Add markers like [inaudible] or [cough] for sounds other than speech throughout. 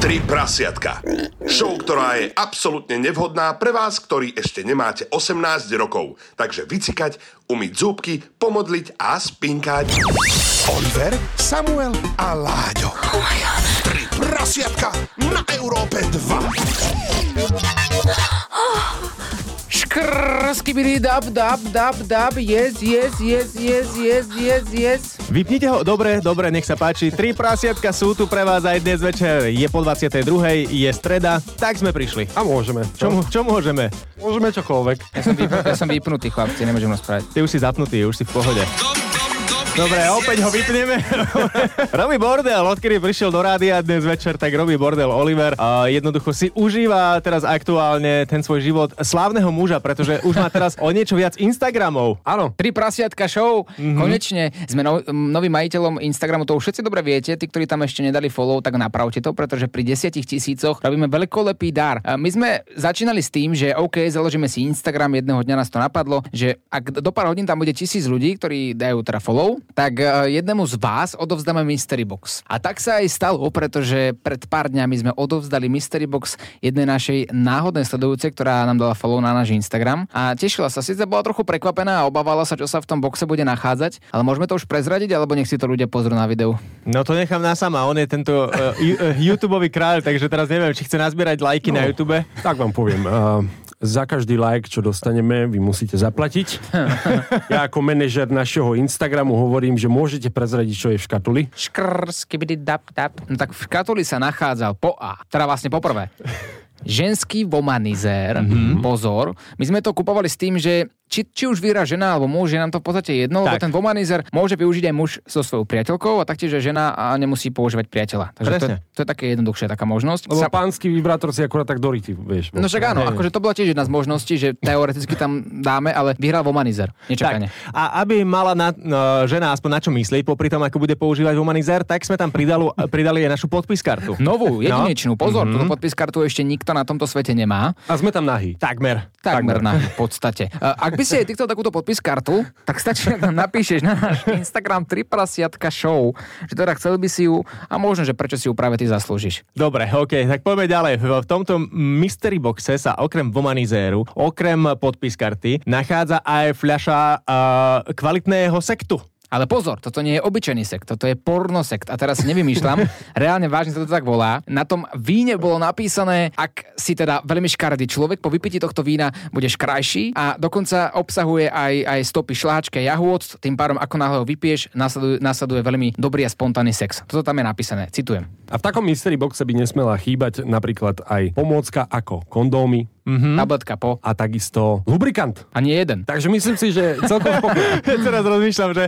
Tri prasiatka. Show, ktorá je absolútne nevhodná pre vás, ktorí ešte nemáte 18 rokov. Takže vycikať, umyť zúbky, pomodliť a spinkať. Oliver, Samuel a Láďo. Tri prasiatka na Európe 2. Škrsky bili dab, dab, dab, dab, yes, yes, yes, yes, yes, yes, yes. Vypnite ho, dobre, dobre, nech sa páči. Tri prasiatka sú tu pre vás aj dnes večer. Je po 22. je streda, tak sme prišli. A môžeme. Čo, mô- čo môžeme? Môžeme čokoľvek. Ja som, vypnutý, ja som vypnutý, chlapci, nemôžem rozprávať. Ty už si zapnutý, už si v pohode. Dobre, opäť ho vypneme. [laughs] robí bordel, odkedy prišiel do rádia dnes večer, tak robí bordel Oliver. A jednoducho si užíva teraz aktuálne ten svoj život slávneho muža, pretože už má teraz o niečo viac Instagramov. Áno. Tri prasiatka show. Mm-hmm. Konečne sme no, novým majiteľom Instagramu, to už všetci dobre viete, tí, ktorí tam ešte nedali follow, tak napravte to, pretože pri 10 tisícoch robíme veľkolepý dar. A My sme začínali s tým, že OK, založíme si Instagram, jedného dňa nás to napadlo, že ak do pár hodín tam bude tisíc ľudí, ktorí dajú teda follow, tak e, jednému z vás odovzdáme Mystery Box. A tak sa aj stalo, pretože pred pár dňami sme odovzdali Mystery Box jednej našej náhodnej sledujúcej, ktorá nám dala follow na náš Instagram. A tešila sa, síce bola trochu prekvapená a obávala sa, čo sa v tom boxe bude nachádzať, ale môžeme to už prezradiť, alebo nech si to ľudia pozrú na videu. No to nechám na sama, on je tento uh, YouTube kráľ, takže teraz neviem, či chce nazbierať lajky no. na YouTube. Tak vám poviem. Uh, za každý like, čo dostaneme, vy musíte [laughs] zaplatiť. ja ako manažer našeho Instagramu hovorím, že môžete prezradiť, čo je v škatuli. Škrskibidi dap dap. No tak v katoli sa nachádzal po A, teda vlastne poprvé. Ženský womanizer, mm-hmm. pozor, my sme to kupovali s tým, že či, či už vyhrá žena alebo muž, je nám to v podstate jedno, lebo Tak. ten womanizer môže využiť aj muž so svojou priateľkou a taktiež aj žena a nemusí používať priateľa. Takže to, je- Presne. to je také jednoduchšie taká možnosť. Lebo Sa- pánsky vibrátor si akurát tak dorytý, vieš. No však áno, akože to bola tiež jedna z možností, že teoreticky tam dáme, ale vyhral Womanizer. Nečakane. Tak, a aby mala na, no, žena aspoň na čo myslieť, popri tom, ako bude používať Womanizer, tak sme tam pridali, eh, pridali aj našu podpiskartu. Novú, No. jedinečnú. Pozor, mm-hmm. túto podpiskartu ešte nikto na tomto svete nemá. A sme tam nahý. Takmer. Takmer na v podstate. E, Ak by si aj ty chcel takúto podpiskartu, tak stačí, že tam napíšeš na náš Instagram 3 prasiatka show, že teda chcel by si ju a možno, že prečo si ju práve ty zaslúžiš. Dobre, OK, tak poďme ďalej. V v tomto mystery boxe sa okrem Womanizeru, okrem podpiskarty, nachádza aj fľaša uh, kvalitného sektu. Ale pozor, toto nie je obyčajný sekt, toto je pornosekt. A teraz si nevymýšľam, reálne vážne sa to tak volá. Na tom víne bolo napísané, ak si teda veľmi škaredý človek, po vypití tohto vína budeš krajší a dokonca obsahuje aj, aj stopy šláčka jahôd, tým pádom ako náhle ho vypiješ, nasleduje, nasleduje veľmi dobrý a spontánny sex. Toto tam je napísané, citujem. A v takom mystery boxe by nesmela chýbať napríklad aj pomôcka ako kondómy Mm-hmm. Tabletka po. a takisto lubrikant. Ani jeden. Takže myslím si, že celkom spokojný. Ja teraz rozmýšľam, že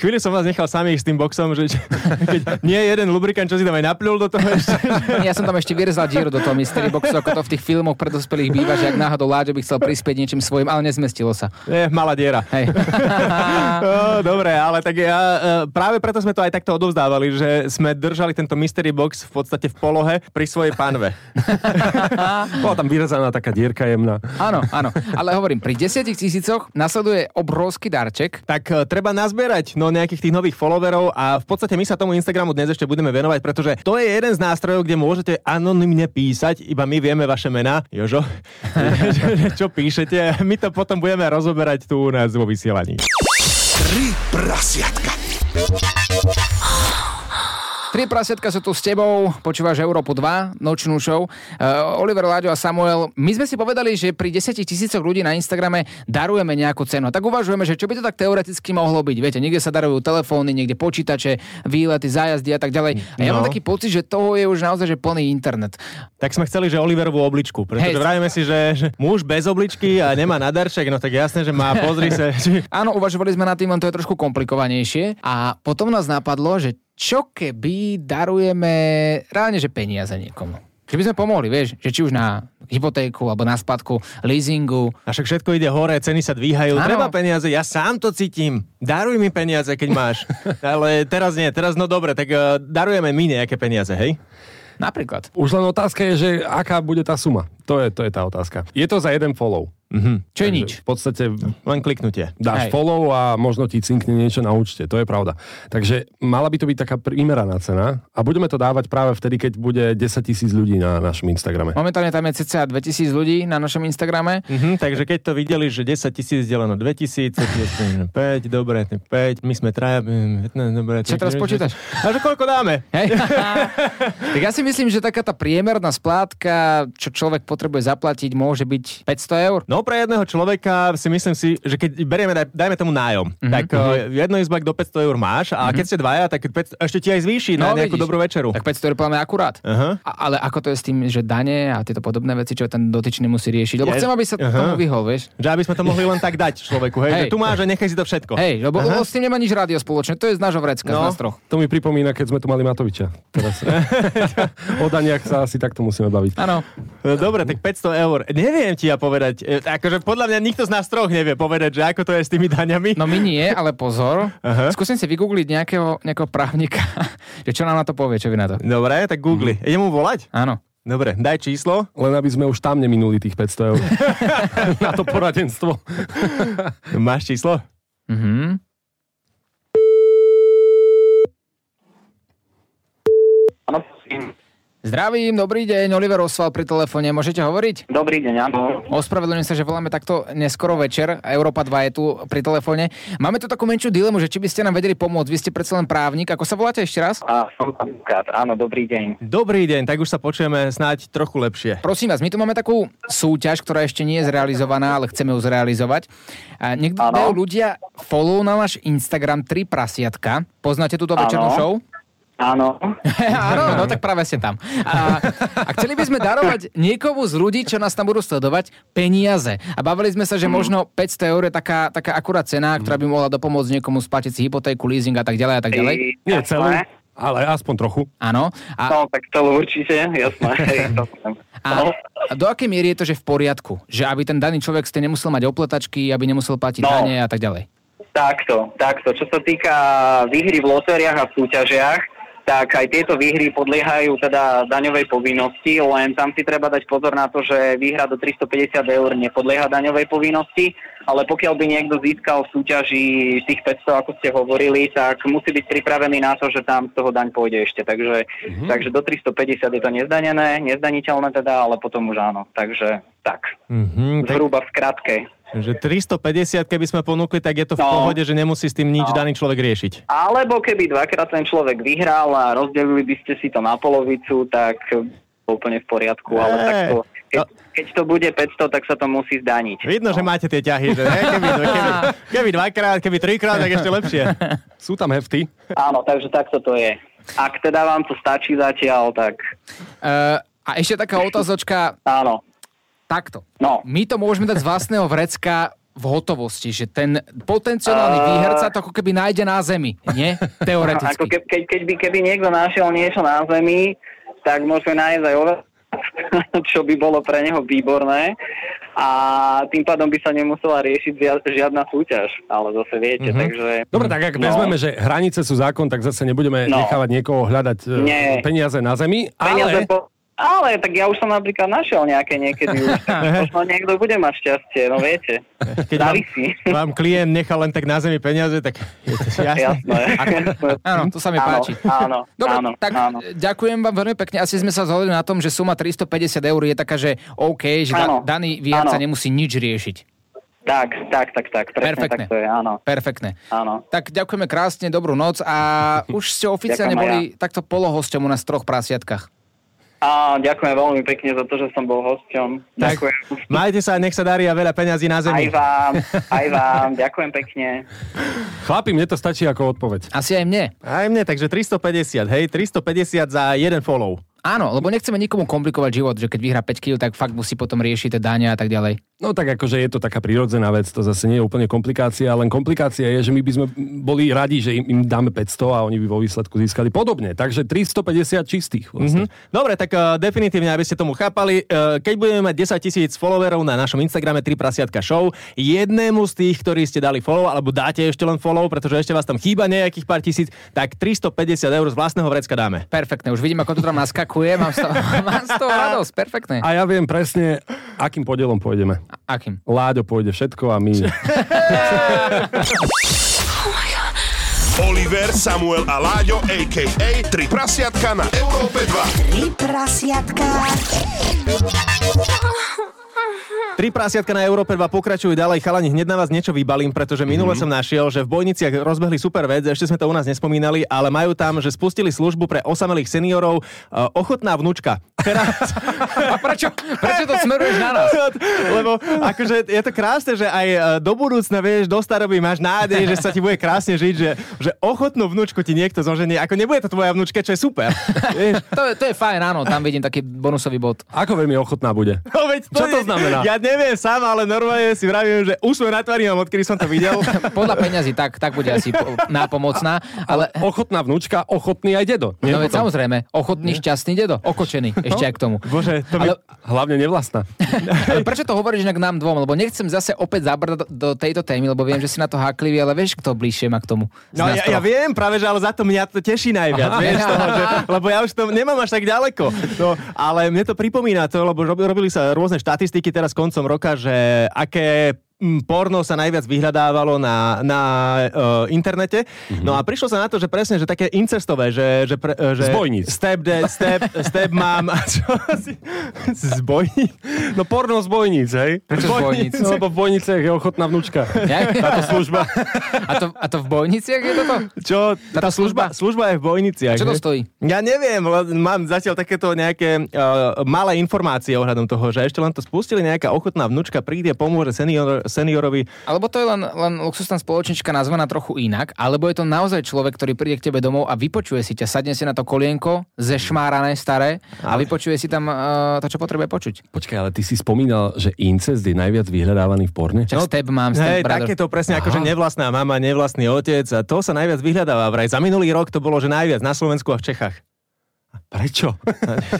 chvíli som vás nechal samých s tým boxom, že č- [laughs] keď nie je jeden lubrikant, čo si tam aj naplil do toho ešte. Ja som tam ešte vyrezal díru do toho mystery boxu, ako to v tých filmoch pre dospelých býva, že ak náhodou Láďo by chcel prispieť niečím svojim, ale nezmestilo sa. Je, malá diera. [laughs] Hej. No, dobre, ale tak ja, e, práve preto sme to aj takto odovzdávali, že sme držali tento mystery box v podstate v polohe pri svojej panve. Bola tam vyrezaná taká dierka jemná. Áno, áno. Ale hovorím, pri 10 tisícoch nasleduje obrovský darček. Tak e, treba nazbierať no, nejakých tých nových followerov a v podstate my sa tomu Instagramu dnes ešte budeme venovať, pretože to je jeden z nástrojov, kde môžete anonymne písať, iba my vieme vaše mená, Jožo, [laughs] že- že čo píšete, my to potom budeme rozoberať tu u nás vo vysielaní. Tri prasiatka. Tri prasiatka sú tu s tebou, počúvaš Európu 2, nočnú show. Uh, Oliver, Láďo a Samuel, my sme si povedali, že pri 10 tisícoch ľudí na Instagrame darujeme nejakú cenu. A Tak uvažujeme, že čo by to tak teoreticky mohlo byť. Viete, niekde sa darujú telefóny, niekde počítače, výlety, zájazdy a tak ďalej. A ja No. mám taký pocit, že toho je už naozaj že plný internet. Tak sme chceli, že Oliverovú obličku, pretože Hej. vrajeme si, že, že muž bez obličky a nemá nadarček, no tak jasné, že má, pozri sa. [laughs] Či... Áno, uvažovali sme nad tým, len to je trošku komplikovanejšie. A potom nás napadlo, že čo keby darujeme reálne, že peniaze niekomu. Keby sme pomohli, vieš, že či už na hypotéku, alebo na spadku, leasingu. A však všetko ide hore, ceny sa dvíhajú, Áno. ano. treba peniaze, ja sám to cítim. Daruj mi peniaze, keď [laughs] máš. Ale teraz nie, teraz no dobre, tak uh, darujeme my nejaké peniaze, hej? Napríklad. Už len otázka je, že aká bude tá suma. To je, to je tá otázka. Je to za jeden follow. Čo je nič. V podstate Len kliknutie. Hej. dáš Hej. follow a možno ti cinkne niečo na účte, to je pravda. Takže mala by to byť taká primeraná cena a budeme to dávať práve vtedy, keď bude 10 tisíc ľudí na našom Instagrame. Momentálne tam je cca 2000 ľudí na našom Instagrame. Mhm, takže keď to videli, že 10 tisíc deleno 2 [laughs] tisíc, 5, dobre, 5, my sme traja, mm, 15, dobre. Čo teraz počítaš? [laughs] A že koľko dáme? Hej? tak ja si myslím, že taká tá priemerná splátka, čo človek potrebuje zaplatiť, môže byť 500 eur. No pre jedného človeka si myslím si, že keď berieme, daj- dajme tomu nájom, Mhm, mm-hmm. tak uh, jedno izbak do 500 eur máš a keď ste dvaja, tak 500, ešte ti aj zvýši na nejakú No, vidíš. dobrú večeru. Tak 500 eur pláme akurát. Aha. A, ale ako to je s tým, že dane a tieto podobné veci, čo ten dotyčný musí riešiť? Lebo Ja- chcem, aby sa Aha. tomu vyhol, vieš? Že aby sme to mohli len tak dať človeku, hej, Hej. že tu máš a nechaj si to všetko. Hej, lebo Oh. Aha. on s tým nemá nič rádio spoločné, to je z nášho vrecka, no. z No. nás troch. To mi pripomína, keď sme tu mali Matoviča. Teraz. [laughs] o daniach sa asi takto musíme baviť. Áno. Dobre, tak 500 eur. Neviem ti ja povedať, e, akože podľa mňa nikto z nás troch nevie povedať, že ako to je s tými daňami. No my nie, ale pozor. Aha. Skúsim si vygoogliť nejakého, nejakého právnika, [laughs] že čo nám na to povie, čo vy na to. Dobre, tak Mhm. googli. Idem mu volať? Áno. Dobre, daj číslo. Len aby sme už tam neminuli tých 500 eur [laughs] na to poradenstvo. Máš číslo? Mhm. Áno, prosím. Zdravím, dobrý deň, Oliver Osval pri telefóne, môžete hovoriť? Dobrý deň, áno. Ospravedlňujem sa, že voláme takto neskoro večer, Európa 2 je tu pri telefóne. Máme tu takú menšiu dilemu, že či by ste nám vedeli pomôcť, vy ste predsa len právnik, ako sa voláte ešte raz? A som pán Kát, áno, dobrý deň. Dobrý deň, tak už sa počujeme snáď trochu lepšie. Prosím vás, my tu máme takú súťaž, ktorá ešte nie je zrealizovaná, ale chceme ju zrealizovať. A niekto Áno. dajú ľudia follow na náš Instagram 3 prasiatka. Poznáte túto večernú Áno. show? Áno. [laughs] Áno, no tak práve ste tam. A, a chceli by sme darovať niekomu z ľudí, čo nás tam budú sledovať, peniaze. A bavili sme sa, že možno 500 eur je taká, taká akurát cena, ktorá by mohla dopomôcť niekomu splatiť si hypotéku, leasing a tak ďalej a tak ďalej. I- Nie jasné. celú, ale aspoň trochu. Áno. A No, tak celú určite, [laughs] jasné. hej, dobre. A, a do akej miery je to, že v poriadku? Že aby ten daný človek ste nemusel mať opletačky, aby nemusel platiť no. No. dane a tak ďalej. Takto, takto. Čo sa týka výhry v lotériách a v súťažiach, tak aj tieto výhry podliehajú teda daňovej povinnosti, len tam si treba dať pozor na to, že výhra do 350 eur nepodlieha daňovej povinnosti, ale pokiaľ by niekto získal v súťaži tých 500, ako ste hovorili, tak musí byť pripravený na to, že tam z toho daň pôjde ešte. Takže, mm-hmm. takže do 350 je to nezdanené, nezdaniteľné teda, ale potom už áno. Takže tak, Mhm, tak, zhruba v skratke. že 350, keby sme ponúkli, tak je to v No. pohode, že nemusí s tým nič daný človek riešiť. Alebo keby dvakrát ten človek vyhral a rozdelili by ste si to na polovicu, tak bol úplne v poriadku, ale Eee, tak to, keď, no. keď to bude 500, tak sa to musí zdaniť. Vidno, že máte tie ťahy, že ne? Keby, keby, keby dvakrát, keby trikrát, tak ešte lepšie. [laughs] Sú tam hefty. Áno, takže takto to je. Ak teda vám to stačí zatiaľ, tak Uh, a ešte taká otázočka áno. takto. No. My to môžeme dať z vlastného vrecka v hotovosti, že ten potenciálny A- výherca to ako keby nájde na zemi, nie? Ako Teoreticky. ke, ke, keď, by, keby niekto našiel niečo na zemi, tak môžeme nájsť aj oveľa, [laughs] čo by bolo pre neho výborné a tým pádom by sa nemusela riešiť zia- žiadna súťaž, ale zase viete, mm-hmm. takže... Mhm. Dobre, tak ak No. vezmeme, že hranice sú zákon, tak zase nebudeme No. nechávať niekoho hľadať e, Nie. peniaze na zemi, peniaze ale... po... Ale tak ja už som napríklad našiel nejaké niekedy [laughs] už. tak Možno niekto bude mať šťastie, no viete. Keď vám, Závisí. vám klient nechal len tak na zemi peniaze, tak je to [laughs] jasné. [laughs] Jasné. [laughs] Áno, to sa mi Áno, páči. áno, Dobre, áno, tak áno. ďakujem vám veľmi pekne. Asi sme sa zhodli na tom, že suma 350 eur je taká, že OK, že da, Áno, daný výherca áno. nemusí nič riešiť. Tak, tak, tak, tak. Presne Perfektne. tak to je, áno. Perfektne. Áno. Tak ďakujeme krásne, dobrú noc a už [laughs] ste oficiálne Ďakujem aj boli takto polohosťom u nás v troch prasiatkách. A ďakujem veľmi pekne za to, že som bol hosťom. Tak, Ďakujem. majte sa, nech sa darí a veľa peňazí na Aj zemi. vám, aj vám. Ďakujem pekne. Chlapi, mne to stačí ako odpoveď. Asi aj mne. Aj mne, takže 350, hej, 350 za jeden follow. Áno, lebo nechceme nikomu komplikovať život, že keď vyhrá 5 kg, tak fakt musí potom riešiť tie dáňa a tak ďalej. No tak akože je to taká prírodzená vec, to zase nie je úplne komplikácia, len komplikácia je, že my by sme boli radi, že im, im dáme 500 a oni by vo výsledku získali podobne. Takže 350 čistých vlastne. Mm-hmm. Dobre, tak uh, definitívne, aby ste tomu chápali, uh, keď budeme mať 10 tisíc followerov na našom Instagrame 3 prasiatka show, jednému z tých, ktorí ste dali follow, alebo dáte ešte len follow, pretože ešte vás tam chýba nejakých pár tisíc, tak 350 eur z vlastného vrecka dáme. Perfektne, už vidím, ako to [laughs] tam naskakuje. Ďakujem, mám z toho, mám z toho radosť, perfektné. A ja viem presne, akým podielom pôjdeme. Akým? Láďo pôjde všetko a my... Oliver, Samuel a Láďo, a.k.a. Tri prasiatka na Európe 2. Tri prasiatka. Tri prasiatka na Európe 2 pokračujú ďalej. Chalani, hneď na vás niečo vybalím, pretože minule mm-hmm. som našiel, že v Bojniciach rozbehli super vec, ešte sme to u nás nespomínali, ale majú tam, že spustili službu pre osamelých seniorov uh, ochotná vnúčka. Teraz, A prečo, prečo to smeruješ na nás? [laughs] lebo akože je to krásne, že aj uh, do budúcna, vieš, do staroby máš nádej, že sa ti bude krásne žiť, že, že ochotnú vnúčku ti niekto zoženie, ako nebude to tvoja vnúčka, čo je [laughs] super. Vieš, To, je- to je fajn, áno, tam vidím taký bonusový bod. Ako veľmi ochotná bude? No, veď Čo to znamená? Ja neviem sám, ale normálne si vravím, že už sme na tvári, mám odkedy som to [laughs] videl. Podľa peňazí, tak, tak bude asi po- nápomocná, ale... Ochotná vnúčka, ochotný aj dedo. Nie? No veď Potom. samozrejme, ochotný, šťastný dedo, okočený, ešte aj k tomu. Bože, to mi... Ale- Hlavne nevlastná. Ale prečo to hovoríš inak nám dvom? Lebo nechcem zase opäť zabrať do, do tejto témy, lebo viem, že si na to háklivý, ale vieš, kto bližšie má k tomu. Z No nás ja, ja troch. viem práve, že ale za to mňa to teší najviac, Aha, vieš, toho, že, lebo ja už to nemám až tak ďaleko. No, ale mne to pripomína to, lebo robi- robili sa rôzne štatistiky teraz koncom roka, že aké mm, porno sa najviac vyhľadávalo na, na uh, internete. Mm-hmm. No a prišlo sa na to, že presne, že také incestové, že... že, pre, eh, že Zbojníc. Step, dad, step, step mom. A čo si... Zbojníc? No porno z bojníc, hej? Prečo z bojníc? No, lebo v bojniciach je ochotná vnúčka. Ja? Táto služba. A to, a to v bojniciach je toto? Čo? Tá, Táto služba, služba je v Bojniciach. Čo to že? stojí? Ja neviem, le- mám zatiaľ takéto nejaké uh, malé informácie ohľadom toho, že ešte len to spustili, nejaká ochotná vnúčka príde, pomôže senior, seniorovi. Alebo to je len, len luxusná spoločnička nazvaná trochu inak, alebo je to naozaj človek, ktorý príde k tebe domov a vypočuje si ťa, sadne si na to kolienko, zešmárané staré a vypočuje si tam uh, to, čo potrebuje počuť. Počkaj, ale ty si spomínal, že incest je najviac vyhľadávaný v porne? Čak no, step mám, Hej, step brother. takéto presne, akože nevlastná mama, nevlastný otec a to sa najviac vyhľadáva vraj. Za minulý rok to bolo, že najviac na Slovensku a v Čechách. Prečo?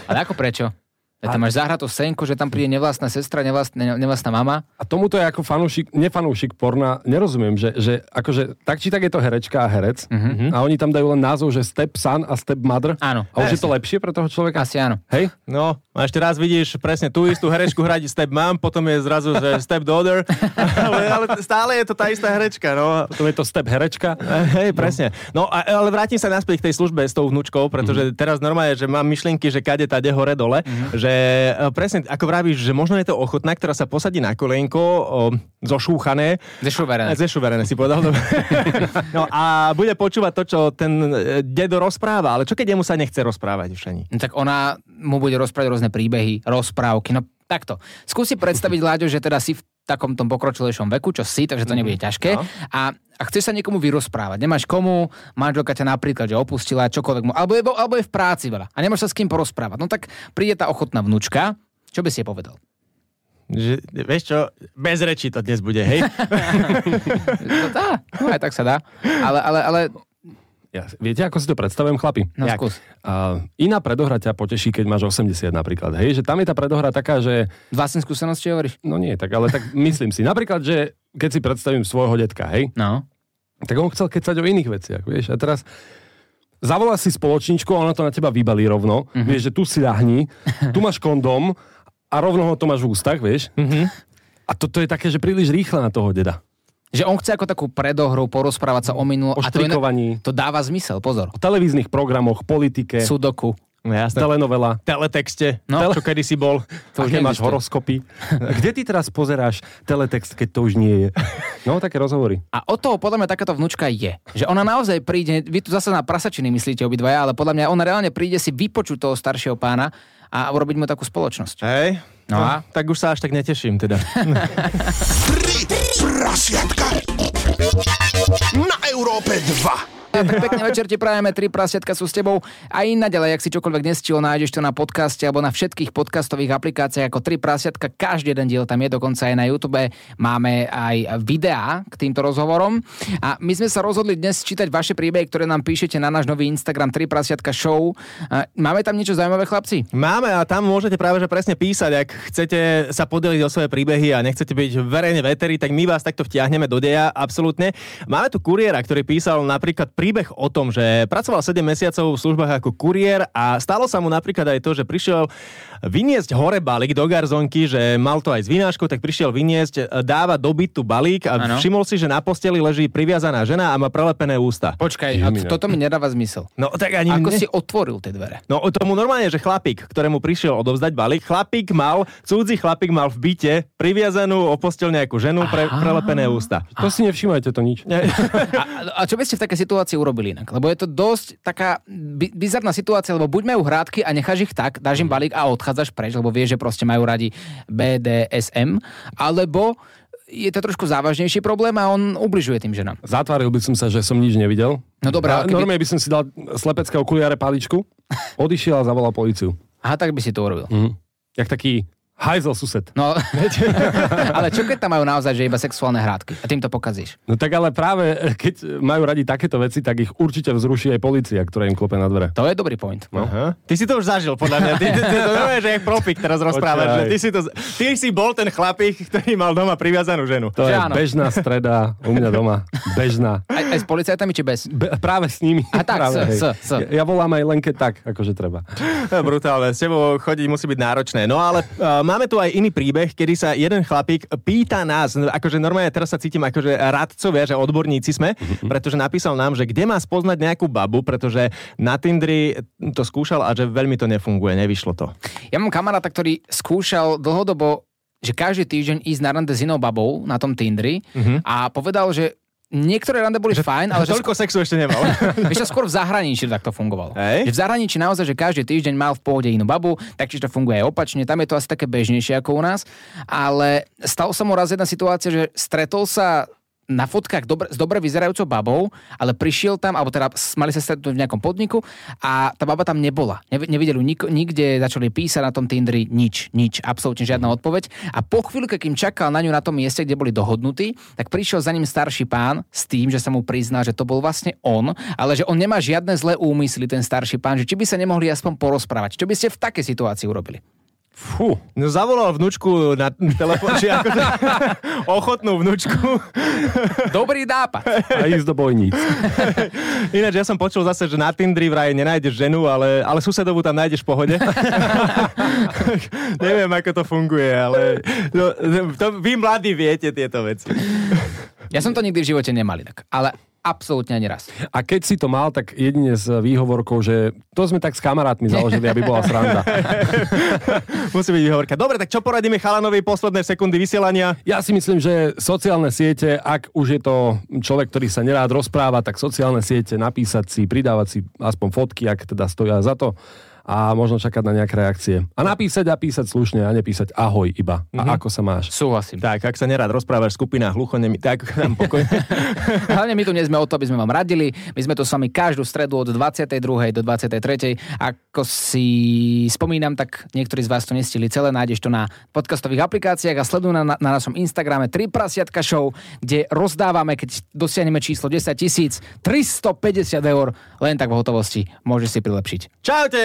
Ale ako prečo? Ja tam máš zahratú senku, že tam príde nevlastná sestra, nevlastná, nevlastná mama. A tomuto ja ako fanúšik, nefanúšik porna nerozumiem, že, že akože tak či tak je to herečka a herec mm-hmm. a oni tam dajú len názov, že step son a step mother. Mhm. Áno. A už je to lepšie pre toho človeka? Asi áno. Hej? No, a ešte raz vidíš presne tú istú herečku hrať step mom, potom je zrazu, že step daughter, [laughs] ale, ale stále je to tá istá herečka, no. To je to step herečka. Hej, presne. No, a, ale vrátim sa naspäť k tej službe s tou vnúčkou, pretože mm-hmm. teraz normálne, že mám myšlienky, že kade tade hore dole, mm-hmm. že e, presne ako vravíš, že možno je to ochotná, ktorá sa posadí na kolienko, o, zošúchané. Zešuverené. E, Zešuverené si povedal. dobre. no a bude počúvať to, čo ten e, dedo rozpráva, ale čo keď jemu sa nechce rozprávať už ani? No tak ona mu bude rozprávať rôzne príbehy, rozprávky. No takto. Skúsi predstaviť, Láďo, že teda si v takom tom pokročilejšom veku, čo si, takže to nebude ťažké. No. A, a chceš sa niekomu vyrozprávať. Nemáš komu, manželka ťa napríklad, že opustila, čokoľvek mu, alebo je, vo- alebo je v práci veľa a nemáš sa s kým porozprávať. No tak príde tá ochotná vnúčka, čo by si jej povedal? Že, vieš čo, bez reči to dnes bude, hej? To dá, no aj tak sa dá. Ale, ale, ale, Ja, viete, ako si to predstavujem, chlapi? no Jak? skús. A iná predohra ťa poteší, keď máš 80 napríklad. Hej, že tam je tá predohra taká, že Z vlastnej skúsenosti hovoríš? No nie, tak ale tak myslím si. Napríklad, že keď si predstavím svojho detka, hej, No. tak on chcel kecať o iných veciach, vieš. A teraz zavolá si spoločničku a ona to na teba vybalí rovno. Mm-hmm. Vieš, že tu si ľahni, tu máš kondom a rovno ho to máš v ústach, vieš. Mm-hmm. A toto je také, že príliš rýchle na toho deda. Že on chce ako takú predohru porozprávať sa o minulo. O a to, je, na- štrikovaní, to dáva zmysel, pozor. o televíznych programoch, politike, Sú... Sudoku. No jasné. telenovela. Teletexte, No. no. čo kedysi bol. To Ak už nemáš neexistuje. horoskopy. Kde ty teraz pozeráš teletext, keď to už nie je? No, také rozhovory. A od toho podľa mňa takáto vnúčka je. Že ona naozaj príde, vy tu zase na prasačiny myslíte obidvaja, ale podľa mňa ona reálne príde si vypočuť toho staršieho pána a urobiť mu takú spoločnosť. Hej. No a? Tak už sa až tak neteším teda. Tri prasiatka na Európe 2. A tak pekný večer ti prajeme, tri prasiatka sú s tebou. A i naďalej, ak si čokoľvek nestihol, nájdeš to na podcaste alebo na všetkých podcastových aplikáciách ako tri prasiatka. Každý jeden diel tam je, dokonca aj na YouTube máme aj videá k týmto rozhovorom. A my sme sa rozhodli dnes čítať vaše príbehy, ktoré nám píšete na náš nový Instagram tri prasiatka show. A Máme tam niečo zaujímavé, chlapci? Máme a tam môžete práve že presne písať, ak chcete sa podeliť o svoje príbehy a nechcete byť verejne veteri, tak my vás takto vtiahneme do deja, absolútne. Máme tu kuriéra, ktorý písal napríklad pri príbeh o tom, že pracoval 7 mesiacov v službách ako kuriér a stalo sa mu napríklad aj to, že prišiel vyniesť hore balík do garzonky, že mal to aj s vináškou, tak prišiel vyniesť, e, dáva do bytu balík a ano. Áno. všimol si, že na posteli leží priviazaná žena a má prelepené ústa. Počkaj, a t- toto mi nedáva zmysel. No tak ani Ako mne- si otvoril tie dvere? No o tomu normálne, že chlapík, ktorému prišiel odovzdať balík, chlapík mal, cudzí chlapík mal v byte priviazanú o posteľ nejakú ženu, pre, prelepené ústa. To si nevšímajte, to nič. Ne- A, a čo by ste v takej situácii urobili inak? Lebo je to dosť taká bi- bizarná situácia, lebo buď majú hrádky a necháš ich tak, dáš im balík a odchádzaš preč, lebo vieš, že proste majú radi BDSM, alebo je to trošku závažnejší problém a on ubližuje tým ženám. Zatváril by som sa, že som nič nevidel. No dobré, ale A keby- Normálne by som si dal slepecké okuliare paličku, odišiel a zavolal policiu. Aha, tak by si to urobil. Jak taký hajzel sused. [laughs] No, [laughs] ale čo keď tam majú naozaj, že iba sexuálne hrádky a tým to pokazíš? No tak ale práve, keď majú radi takéto veci, tak ich určite vzruší aj policia, ktorá im klope na dvere. No. To je dobrý point. Aha. Ty si to už zažil, podľa mňa. Ty, ty, ty, to normálne, že jak profik teraz rozprávaš. Počkaj. Že ty, si to, ty si bol ten chlapík, ktorý mal doma priviazanú ženu. To Že je áno. bežná streda u mňa doma. Bežná. Aj, aj s policajtami či bez? Be- práve s nimi. A tak, práve, s- hej. s- s. Ja, ja volám aj len keď tak, akože treba. To je Brutálne, s tebou chodiť musí byť náročné. No ale uh, máme tu aj iný príbeh, kedy sa jeden chlapík pýta nás, no, akože normálne teraz sa cítim akože radcovia, že odborníci sme, Mhm. pretože napísal nám, že kde má spoznať nejakú babu, pretože na Tindri to skúšal a že veľmi to nefunguje, nevyšlo to. Ja mám kamaráta, ktorý skúšal dlhodobo, že každý týždeň ísť na rande s inou babou na tom Tindri a povedal, že niektoré rande boli fajn, ale Ale že [laughs] toľko sexu ešte nemal. [laughs] Vieš, to skôr v zahraničí tak to fungovalo. Hej. Že v zahraničí naozaj, že každý týždeň mal v pohode inú babu, tak či to funguje aj opačne, tam je to asi také bežnejšie ako u nás. Ale stalo sa mu raz jedna situácia, že stretol sa na fotkách dobre, s dobre vyzerajúcou babou, ale prišiel tam, alebo teda s- mali sa stretnúť v nejakom podniku a tá baba tam nebola. Nev- Nevideli ju nik- nikde, začali písať na tom Tindri nič, nič, absolútne žiadna odpoveď. A po chvíľke, kým čakal na ňu na tom mieste, kde boli dohodnutí, tak prišiel za ním starší pán s tým, že sa mu prizná, že to bol vlastne on, ale že on nemá žiadne zlé úmysly, ten starší pán, že či by sa nemohli aspoň porozprávať. Čo by ste v takej situácii urobili? Fú. No zavolal vnúčku na telefón, či [laughs] ako ochotnú vnúčku. Dobrý nápad. A ísť do bojníc. Ináč ja som počul zase, že na Tindri vraj nenájdeš ženu, ale, ale susedovú tam nájdeš v pohode. Neviem, ako to funguje, ale no, to, vy mladí viete tieto veci. Ja som to nikdy v živote nemal inak, ale absolútne ani raz. A keď si to mal, tak jedine s výhovorkou, že to sme tak s kamarátmi založili, aby bola sranda. Musí byť výhovorka. Dobre, tak čo poradíme chalanovi posledné sekundy vysielania? Ja si myslím, že sociálne siete, ak už je to človek, ktorý sa nerád rozpráva, tak sociálne siete napísať si, pridávať si aspoň fotky, ak teda stoja za to a možno čakať na nejaké reakcie. A napísať a písať slušne a nepísať ahoj iba. A ako sa máš? Súhlasím. Tak, ak sa nerád rozprávaš v skupinách hluchonemi, tak [laughs] nám pokoj. [laughs] Hlavne my tu nie sme o to, aby sme vám radili. My sme tu s vami každú stredu od 22. do 23. Ako si spomínam, tak niektorí z vás to nestili celé. Nájdeš to na podcastových aplikáciách a sleduj na, na našom Instagrame 3 prasiatka show, kde rozdávame, keď dosiahneme číslo 10 tisíc, 350 eur len tak v hotovosti. Môžeš si prilepšiť. Čaute!